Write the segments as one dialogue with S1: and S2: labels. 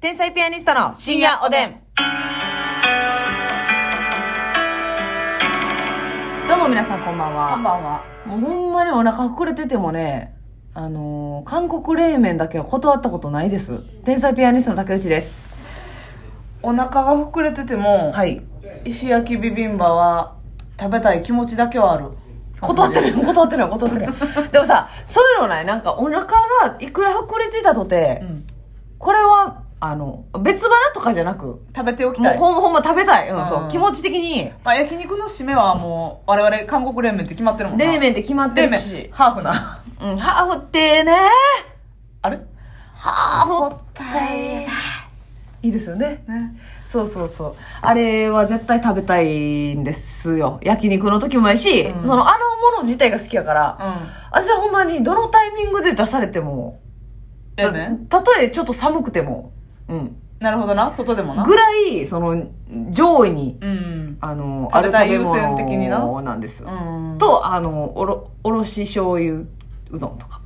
S1: 天才ピアニストの深夜おでん。どうも皆さんこんばん
S2: こん
S1: は。
S2: ばんは。
S1: もうほんまにお腹膨れててもね、あのー韓国冷麺だけは断ったことないです。天才ピアニストの竹内です。
S2: お腹が膨れてても、
S1: はい。
S2: 石焼きビビンバは食べたい気持ちだけはある。
S1: 断ってない、断ってない、断ってない。でもさ、そういうのもない。なんかお腹がいくら膨れてたとて、
S2: うん。
S1: これは、あの、別腹とかじゃなく、
S2: 食べておき
S1: も
S2: た
S1: う
S2: い。
S1: ほんほんま食べたい。うん、そうう。
S2: ん
S1: 気持ち的に、
S2: まあ、焼肉の締めはもう、我々韓国冷麺って決まってるもんな。
S1: 冷麺って決まって
S2: 冷
S1: る
S2: 麺
S1: し。。
S2: ハーフな。
S1: うん、ハーフってね。
S2: あれ
S1: ハーフってね。いいですよね。
S2: ね。
S1: そうそうそう。あれは絶対食べたいんですよ。焼肉の時もやし、
S2: うん
S1: そのあのもの自体が好きやから、
S2: うん。
S1: 私はほんまにどのタイミングで出されても、
S2: 冷麺
S1: たたとえちょっと寒くても、うん。
S2: なるほどな。外でもな。
S1: ぐらい、その、上位に、
S2: うん。
S1: あの、
S2: 食べたい
S1: ある
S2: 優先的にな
S1: なんです。
S2: うん。、
S1: と、あの、おろ、おろし醤油うどんとか。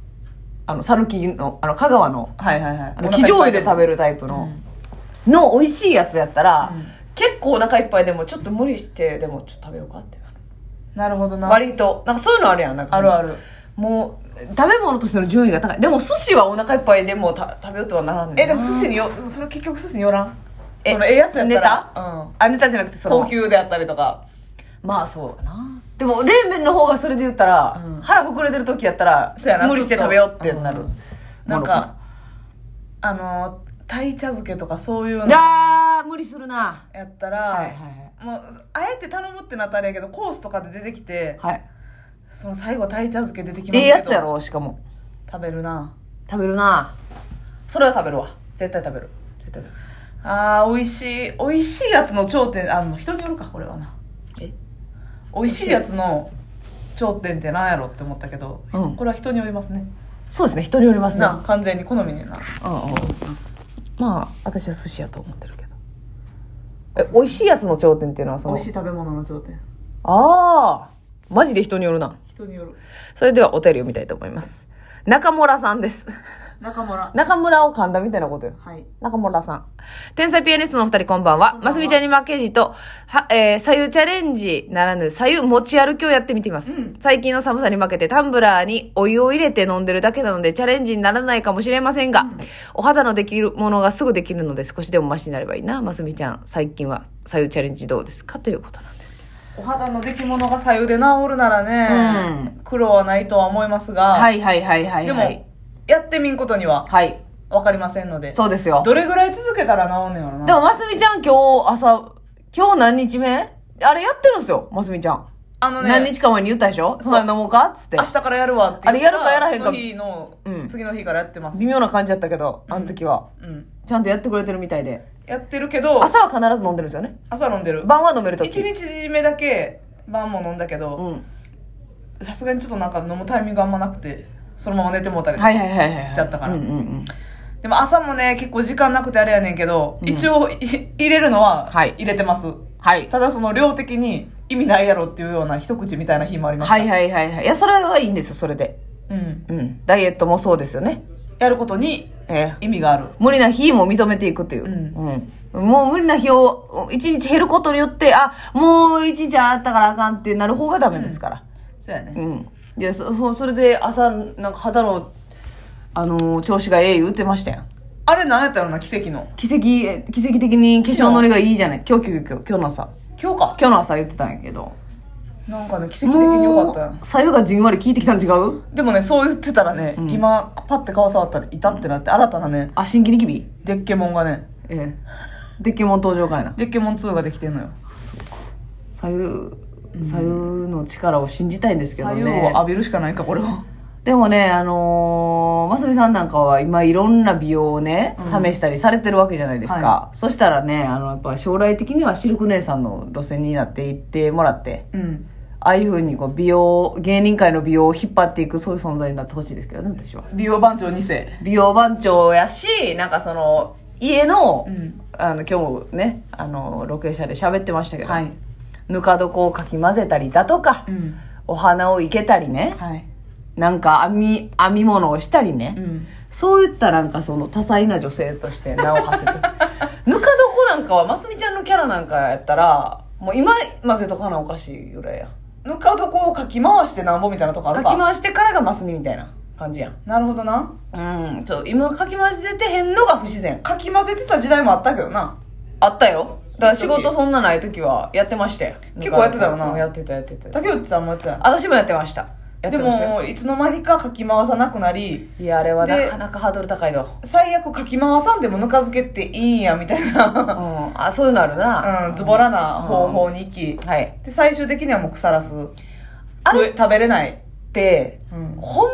S1: あの、讃岐の、あの、香川の、
S2: はいはいはい。
S1: あの、生醤油で食べるタイプ
S2: べ
S1: の、の美味しいやつやったら、
S2: うん
S1: 結構お腹いっぱいでもちょっと無理してでもちょっと食べようかってなる
S2: なるほどな。
S1: 割となんかそういうのあるやんなんか
S2: あるある。
S1: もう食べ物としての順位が高いでも寿司はお腹いっぱいでもた食べようとはならんねんな
S2: え、でも寿司によ、でもそれ結局寿司によらん。
S1: え
S2: そのええやつやったら。
S1: ネタ
S2: うん。
S1: あネタじゃなくてその
S2: 高級であったりとか。
S1: まあそうやなでも冷麺の方がそれで言ったら、
S2: うん
S1: 腹膨れてる時やったら
S2: そうやな
S1: 無理して食べようってなる、
S2: うんなんか、あのー、鯛茶漬けとかそういうのや
S1: あー無理するな
S2: ったら、
S1: はいはいはい
S2: もう、あえて頼むってなったらあれやけど、コースとかで出てきて、
S1: はい
S2: その最後鯛茶漬け出てきますけど
S1: ええやつや。ろしかも
S2: 食べるな。
S1: 食べるなそれは食べるわ絶対食べる絶対食べる
S2: あー、美味しい。美味しいやつの頂点、あの、人によるか、これはな。
S1: え
S2: 美味しいやつの頂点ってなんやろって思ったけど、
S1: うん
S2: これは人によりますね。
S1: そうですね人によりますね
S2: な、完全に好みにな。
S1: うんうんまあ私は寿司やと思ってるけどえ美味しいやつの頂点っていうのはそ
S2: 美
S1: の
S2: 味しい食べ物の頂点。
S1: ああマジで人によるな
S2: 人による。
S1: それではお便りを見たいと思います中村さんです
S2: 中村。
S1: 中村を噛んだみたいなことよ
S2: はい。
S1: 中村さん。天才ピアニストのお二人こんばんは。
S2: こんばんは
S1: ますみちゃんに負けじと、は、えー、左右チャレンジならぬ左右持ち歩きをやってみています、
S2: うん
S1: 最近の寒さに負けてタンブラーにお湯を入れて飲んでるだけなのでチャレンジにならないかもしれませんが、お肌のできるものがすぐできるので少しでもマシになればいいな。ますみちゃん、最近は左右チャレンジどうですかということなんですけ
S2: お肌の出来物が左右で治るならね、苦労はないとは思いますが、
S1: ど。いはいはいは
S2: でも、やってみんことには
S1: はい。
S2: 分かりませんので、
S1: そうですよ。
S2: どれぐらい続けたら治んねんやろな。
S1: でも、ますみちゃん今日朝、今日何日目あれやってるんですよ、ますみちゃん。
S2: あのね、
S1: 何日か前に言ったでしょそんなに飲もうかっつって
S2: 明。日からやるわって言った
S1: あれやるかやらへんか
S2: その日の、
S1: うん
S2: 次の日からやってます。
S1: 微妙な感じだったけど、あの時は。
S2: うん。
S1: ちゃんとやってくれてるみたいで。
S2: やってるけど、
S1: 朝は必ず飲んでるんですよね。
S2: 朝飲んでる。
S1: 晩は飲める時
S2: 1日目だけ晩も飲んだけ
S1: う
S2: ど、
S1: ん。
S2: さすがにちょっとなんか飲むタイミングあんまなくて、そのまま寝てもうたりとか
S1: はいはいはいはい。
S2: しちゃったから
S1: うんうんうん。
S2: でも朝もね、結構時間なくてあれやねんけど、
S1: うん
S2: 一応い入れるのは
S1: はい
S2: 入れてます。
S1: はい。
S2: ただその量的に意味ないやろっていうような一口みたいな日もありました。
S1: はいはいはいはい。いや、それはいいんですよ、それで。
S2: うん。
S1: うん。ダイエットもそうですよね。
S2: やることに
S1: ええ
S2: 意味がある。
S1: 無理な日も認めていくっていう。
S2: うん
S1: うんもう無理な日を、一日減ることによって、あ、もう一日あったからあかんってなる方がダメですから。
S2: そうや
S1: う
S2: ね。
S1: ん。いや、そ、そそれで朝、なんか肌の、あのー調子がええ言ってましたやん。
S2: あれなんやったのな、奇跡の。
S1: 奇跡、え奇跡的に化粧のりがいいじゃない。今日、今日、今日、今日の朝。
S2: 今日か。
S1: 今日の朝言ってたんやけど。
S2: なんかね、奇跡的に良かったよ
S1: もう左右がじんわり効いてきたん違う
S2: でもね、そう言ってたらね、
S1: ん
S2: 今、パッて顔触ったら、いたってなって、新たなね、
S1: あ、新規ニキビ
S2: デッケモンがね、
S1: ええ。デッキモン登場かいな。
S2: デッケモン2ができてんのよ。
S1: 左右、左右の力を信じたいんですけど
S2: 左
S1: ね。
S2: 右を浴びるしかないか、これは。
S1: でもね、あのー、ますみさんなんかは今いろんな美容をね、
S2: うん
S1: 試したりされてるわけじゃないですか。
S2: は
S1: そしたらね、あの、やっぱ将来的にはシルク姉さんの路線になっていってもらって、
S2: うん。
S1: ああいうふうにこう美容、芸人界の美容を引っ張っていくそういう存在になってほしいですけどね、私は。
S2: 美容番長2世。
S1: 美容番長やし、なんかその、家の、
S2: うん。
S1: あの、今日ね、あの、ロケ車で喋ってましたけど、
S2: はい。
S1: ぬか床をかき混ぜたりだとか、
S2: うん。
S1: お花を生けたりね、
S2: はい。
S1: なんか編み、編み物をしたりね、
S2: うん。
S1: そういったなんかその多彩な女性として名を馳せてぬか床なんかはますみちゃんのキャラなんかやったらもう今混ぜとかなおかしいぐらいや
S2: ぬか床をかき回してなんぼみたいなとこあ
S1: か
S2: る
S1: き
S2: か
S1: 回してからがますみみたいな感じやん
S2: なるほどな
S1: うんそう今かき回しててへんのが不自然
S2: かき混ぜてた時代もあったけどな
S1: あったよだから仕事そんなない時はやってましたよ
S2: 結構やってたよな
S1: うんやってたやってた
S2: 竹内さんもやってた
S1: 私もやってましたやって
S2: で
S1: ましたよ
S2: もいつの間にかかき回さなくなり
S1: いやあれは
S2: で
S1: なかなかハードル高いの
S2: 最悪かき回さんでもぬか漬けっていいんやみたい
S1: う
S2: な、
S1: んあそういうのあるな
S2: うん、ズボラな方法に行き、
S1: はい
S2: で最終的にはもう腐らす
S1: あ
S2: 食え食べれない、
S1: で
S2: うん
S1: ほんま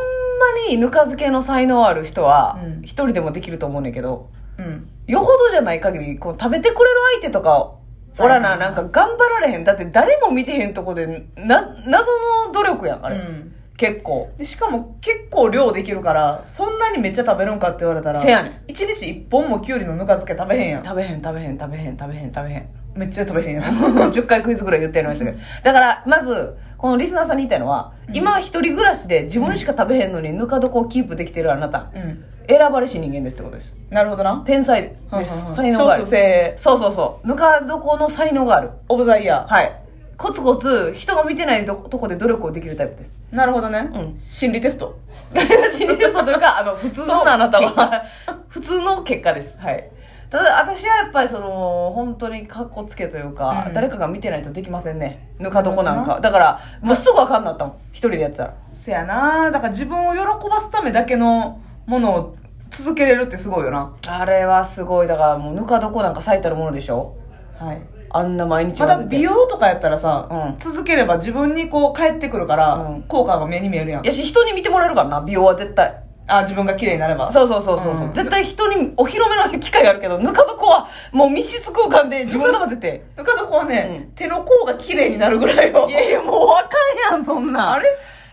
S1: にぬか漬けの才能ある人は
S2: うん
S1: 一人でもできると思うねんけど
S2: うん、
S1: よほどじゃない限りこう食べてくれる相手とかおら
S2: は
S1: ないなんか頑張られへんだって誰も見てへんとこでな謎の努力やんあ
S2: う
S1: れ、
S2: ん、
S1: 結構
S2: でしかも結構量できるからそんなにめっちゃ食べるんかって言われたら
S1: せやねん
S2: 一日一本もきゅうりのぬか漬け食べへんやん
S1: 食べへん食べへん食べへん食べへん食べへん
S2: めっちゃ食べへんや ん
S1: 10回クイズぐらい言ってやりましたけど。だから、まず、このリスナーさんに言いたいのは、今一人暮らしで自分しか食べへんのにぬか床をキープできてるあなた、
S2: うん
S1: 選ばれし人間ですってことです。
S2: なるほど な
S1: 天才です。
S2: はいはいはい
S1: 才能がある。
S2: 少数
S1: そう
S2: 精鋭
S1: そうそう。ぬか床の才能がある。
S2: オブザイヤ
S1: はい。コツコツ人が見てないととこで努力をできるタイプです。
S2: ーなるほどね、
S1: うん
S2: 心理テスト
S1: 死んでそうというか、あの、普通の。
S2: そんなあなたは。
S1: 普通の結果です。はい。ただ、私はやっぱりその、本当に格好つけというか、
S2: うん
S1: 誰かが見てないとできませんね。ぬか床なん
S2: なるほど
S1: か。だから、もうすぐわかんなったもん。一人でやってたら。
S2: せやなだから自分を喜ばすためだけのものを続けれるってすごいよな
S1: あれはすごい。だからもう、ぬか床なんか最たるものでしょ
S2: はい
S1: あんな毎日
S2: ま
S1: 混ぜ
S2: だ
S1: て
S2: 美容とかやったらさ、
S1: うん
S2: 続ければ自分にこう返ってくるから、
S1: うん
S2: 効果が目に見えるやん
S1: いやし、人に見てもらえるからな、美容は絶対。
S2: あ自分が綺麗になれば
S1: そうそうそうそう。う
S2: うん
S1: 絶対人にお披露目の機会があるけど、ぬか床はもう密室空間で自分が混ぜ て。
S2: ぬか床はね、
S1: う
S2: 手の甲が綺麗になるぐらいを
S1: いやいや、もうわかんやん、そんなん。
S2: あれ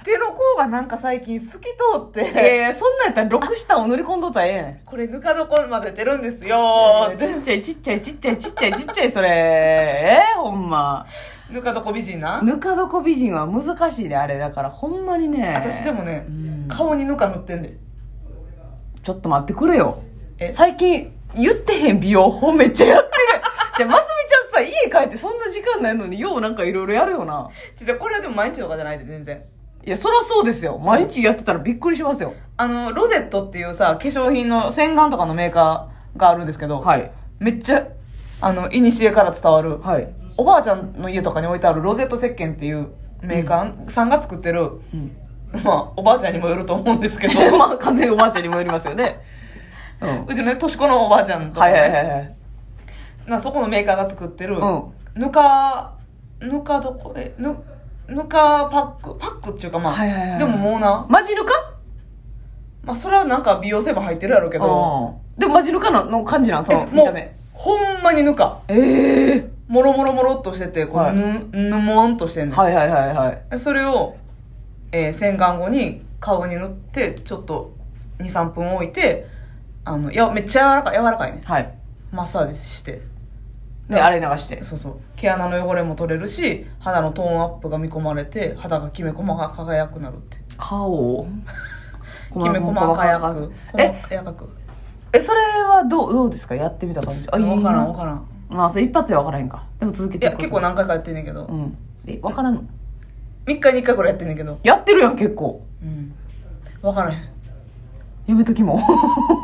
S2: 手の甲がなんか最近透き通っ
S1: いやい
S2: て、
S1: や、そんなんやったら6下を塗り込んどったらええやん。
S2: これぬか床混ぜてるんですよーって
S1: ちっちゃいちっちゃいちっちゃいちっちゃいちっちゃいそれ。えー、ほんま。
S2: ぬか床美人な
S1: ぬか床美人は難しいで、あれ。だからほんまにね。
S2: 私でもね
S1: う、ん
S2: 顔にぬか塗ってんで
S1: ちょっと待ってくれよ。
S2: え
S1: 最近言ってへん美容法めっちゃやってる。じゃあ、ますみちゃんさ、家帰ってそんな時間ないのに、ようなんかいろいろやるよな。
S2: ちょこれはでも毎日とかじゃないで全然
S1: いや、そらそうですよ。毎日やってたらびっくりしますよ。
S2: あのロゼットっていうさ化粧品の洗顔とかのメーカーがあるんですけど、
S1: はい。
S2: めっちゃあのいにしえから伝わる
S1: はい。
S2: おばあちゃんの家とかに置いてあるロゼット石鹸っていうメーカーさんが作ってる、
S1: うん。
S2: まあおばあちゃんにもよると思うんですけど
S1: まあ、完全におばあちゃんに もよりますよね。うん。
S2: うちのねとしこのおばあちゃんとか
S1: は
S2: ね、
S1: いはいはいはい。
S2: なそこのメーカーが作ってる、
S1: うん。
S2: ぬかぬかどこえぬぬかパックパックっていうかまあ、
S1: はいはいはい
S2: でももうな、
S1: マジルカ
S2: まあ、それはなんか美容成分入ってるやろうけど
S1: うんでもマジルカのの感じなんその
S2: え
S1: 見
S2: も
S1: た
S2: う
S1: 目
S2: ほんまにぬか
S1: ええ
S2: もろもろもろっとしててこ
S1: はい
S2: うぬ,、ぬもんとしてんねん
S1: はいはいはいはい
S2: それを、えー洗顔後に顔に塗ってちょっと23分置いてあのやめっちゃ柔らかい柔らかいね
S1: はい
S2: マッサージして
S1: で洗い流して
S2: そうそう毛穴の汚れも取れるし肌のトーンアップが見込まれて肌がきめ細か輝くなるって
S1: 顔を
S2: きめ細か
S1: や
S2: 輝く
S1: え
S2: えやかく
S1: えそれはどうどうですかやってみた感じあいい
S2: 分からん分
S1: な
S2: からん
S1: まあそれ一発では分からへんかでも続け
S2: い
S1: てい
S2: や
S1: くこと
S2: 結構何回かやってんねんけど、
S1: うんえ分からんの
S2: 3日に1回ぐらいやってんねんけど、
S1: やってるやん結構
S2: うん、分からへん
S1: やめときも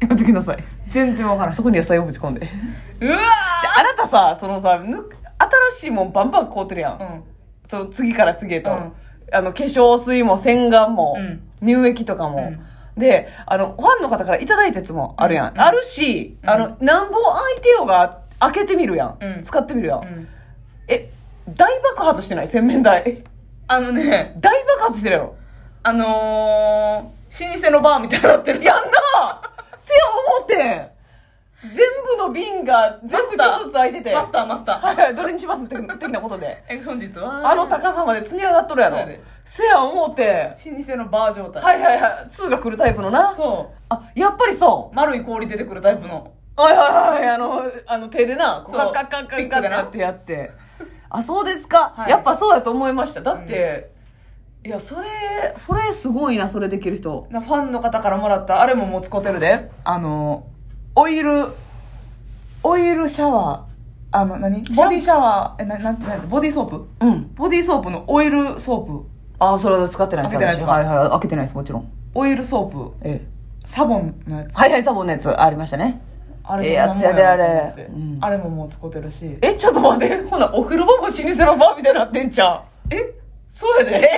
S1: やめときなさい
S2: 全然分からへん
S1: そこに野菜をぶち込ん で
S2: う
S1: じ
S2: わ
S1: ゃああなたさそのさぬ新しいもんバンバン買うてるやん
S2: ーうん
S1: その次から次へと、
S2: うん
S1: あの化粧水も洗顔も、
S2: うん
S1: 乳液とかも、であのファンの方からいただいたやつもあるやん、
S2: うん
S1: あるし、
S2: うん
S1: あのなんぼ開いてようが開けてみるやん、
S2: うん
S1: 使ってみるやん、
S2: うん
S1: え大爆発してない洗面台
S2: あのね
S1: 大爆発してるやろ
S2: あのー、老舗のバーみたいになってる。
S1: やんなせや思ってん全部の瓶が全部ちょっとずつ開いてて
S2: マスター、マスター。
S1: はいはいどれにしますって的なことで
S2: え、本日は、
S1: あの高さまで積み上がっとるやろ
S2: そうやで
S1: せや思って
S2: 老舗のバー状態。
S1: はいはいはい2が来るタイプのな
S2: そ
S1: あやっぱりそう
S2: う。丸い氷出てくるタイプの。
S1: はいはいはい、あの、あの手でな、こうカ
S2: そう
S1: ッカッカッカ
S2: ピ
S1: ッ
S2: ックで
S1: カ
S2: な
S1: ッってやって。あ、そうですか、
S2: はい
S1: やっぱそうだと思いました。だって、いや、それ、それすごいな、それできる人。
S2: なファンの方からもらったあれももう使ってるであのオイルオイルシャワーあの何ボディシャワーえななんなんボディソープ
S1: うん。
S2: ボディソープのオイルソープ
S1: ああ、それは使ってないです。
S2: 開けてないですか
S1: 私はいはい。開けてないです、もちろん。
S2: オイルソープ
S1: ええ。
S2: サボンのやつ
S1: はいはいサボンのやつありましたね。
S2: あ
S1: ええやつやであれ
S2: と思って
S1: うん
S2: あれももう使ってるし
S1: え、ちょっと待って。ほな、お風呂場も老舗のバーみたいになってんちゃ
S2: えそうや
S1: う。
S2: で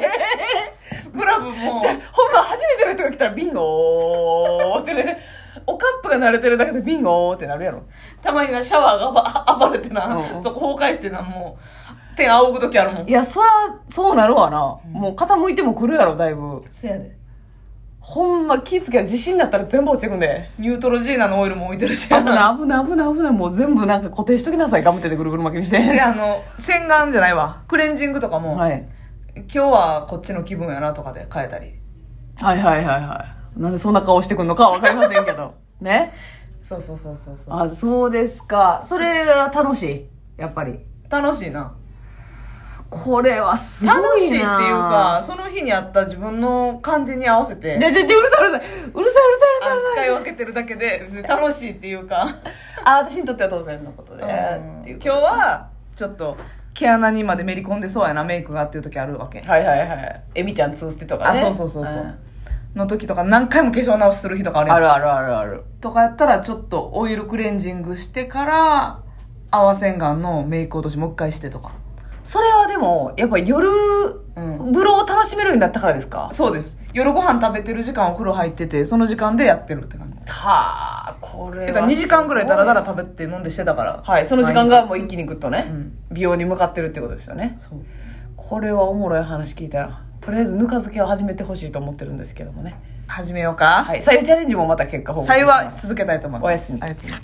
S2: スクラブも
S1: じゃあほんま初めての人が来たらビンゴーってね、おカップが慣れてるだけでビンゴーってなるやろ。
S2: たまになシャワーがば 暴れてな、
S1: うんうん
S2: そこ崩壊してなもう手仰ぐ時あるもん
S1: いや、そら、そうなるわな。
S2: うん
S1: もう傾いても来るやろ、だいぶ。
S2: せやで
S1: ほんま気付けば自信だったら全部落ちてくん で。
S2: ニュートロジーナのオイルも置いてるし
S1: 危ない危ない危ない危ない。もう全部なんか固定しときなさい。ガムテでぐるぐる巻きにして。
S2: で、あの、洗顔じゃないわ。クレンジングとかも、
S1: はい。
S2: 今日はこっちの気分やなとかで変えたり。
S1: はいはいはいはい。なんでそんな顔してくんのかわかりませんけど。ね。
S2: そうそうそうそうそう。
S1: あ、そうですか。それは楽しい。やっぱり。
S2: 楽しいな。
S1: これはすごいな。
S2: 楽しいっていうか、その日にあった自分の感じに合わせ
S1: じ
S2: て、
S1: ゃじゃじゃうるさいうるさいうるさ
S2: あ
S1: いうるさいうるさいうる
S2: の
S1: さ
S2: 使
S1: い
S2: い分けてるだけで、別に楽しいっていうか、
S1: あ私にとっては当然のことで
S2: うん
S1: っていう
S2: 今
S1: こ
S2: 日
S1: と
S2: は、ちょっと、毛穴にまでめり込んでそうやな、メイクがっていう時あるわけ。
S1: はいはいはいエミちゃん通捨てとかね
S2: あそうそうそうそうんの時とか、何回も化粧直しする日とかあるやん
S1: あるあるあるある
S2: とかやったら、ちょっとオイルクレンジングしてから、泡洗顔のメイク落としもう一回してとか。
S1: それはでもやっぱ夜
S2: うん。
S1: 風呂を楽しめるようになったからですか
S2: そうです夜ご飯食べてる時間お風呂入っててその時間でやってるって感じ
S1: はあこれ
S2: だ
S1: は
S2: から2時間ぐらいダラダラ
S1: す
S2: 食べて飲んでしてたから
S1: ごいはいその時間がもう一気にグッと
S2: う
S1: ね
S2: ん
S1: 美容に向かってるってことですよね
S2: そう
S1: これはおもろい話聞いたらとりあえずぬか漬けを始めてほしいと思ってるんですけどもね
S2: 始めようか
S1: はい左右チャレンジもまた結果報告し
S2: 幸
S1: ま
S2: い
S1: す
S2: 続けたいと思います
S1: おやすみ
S2: おやすみ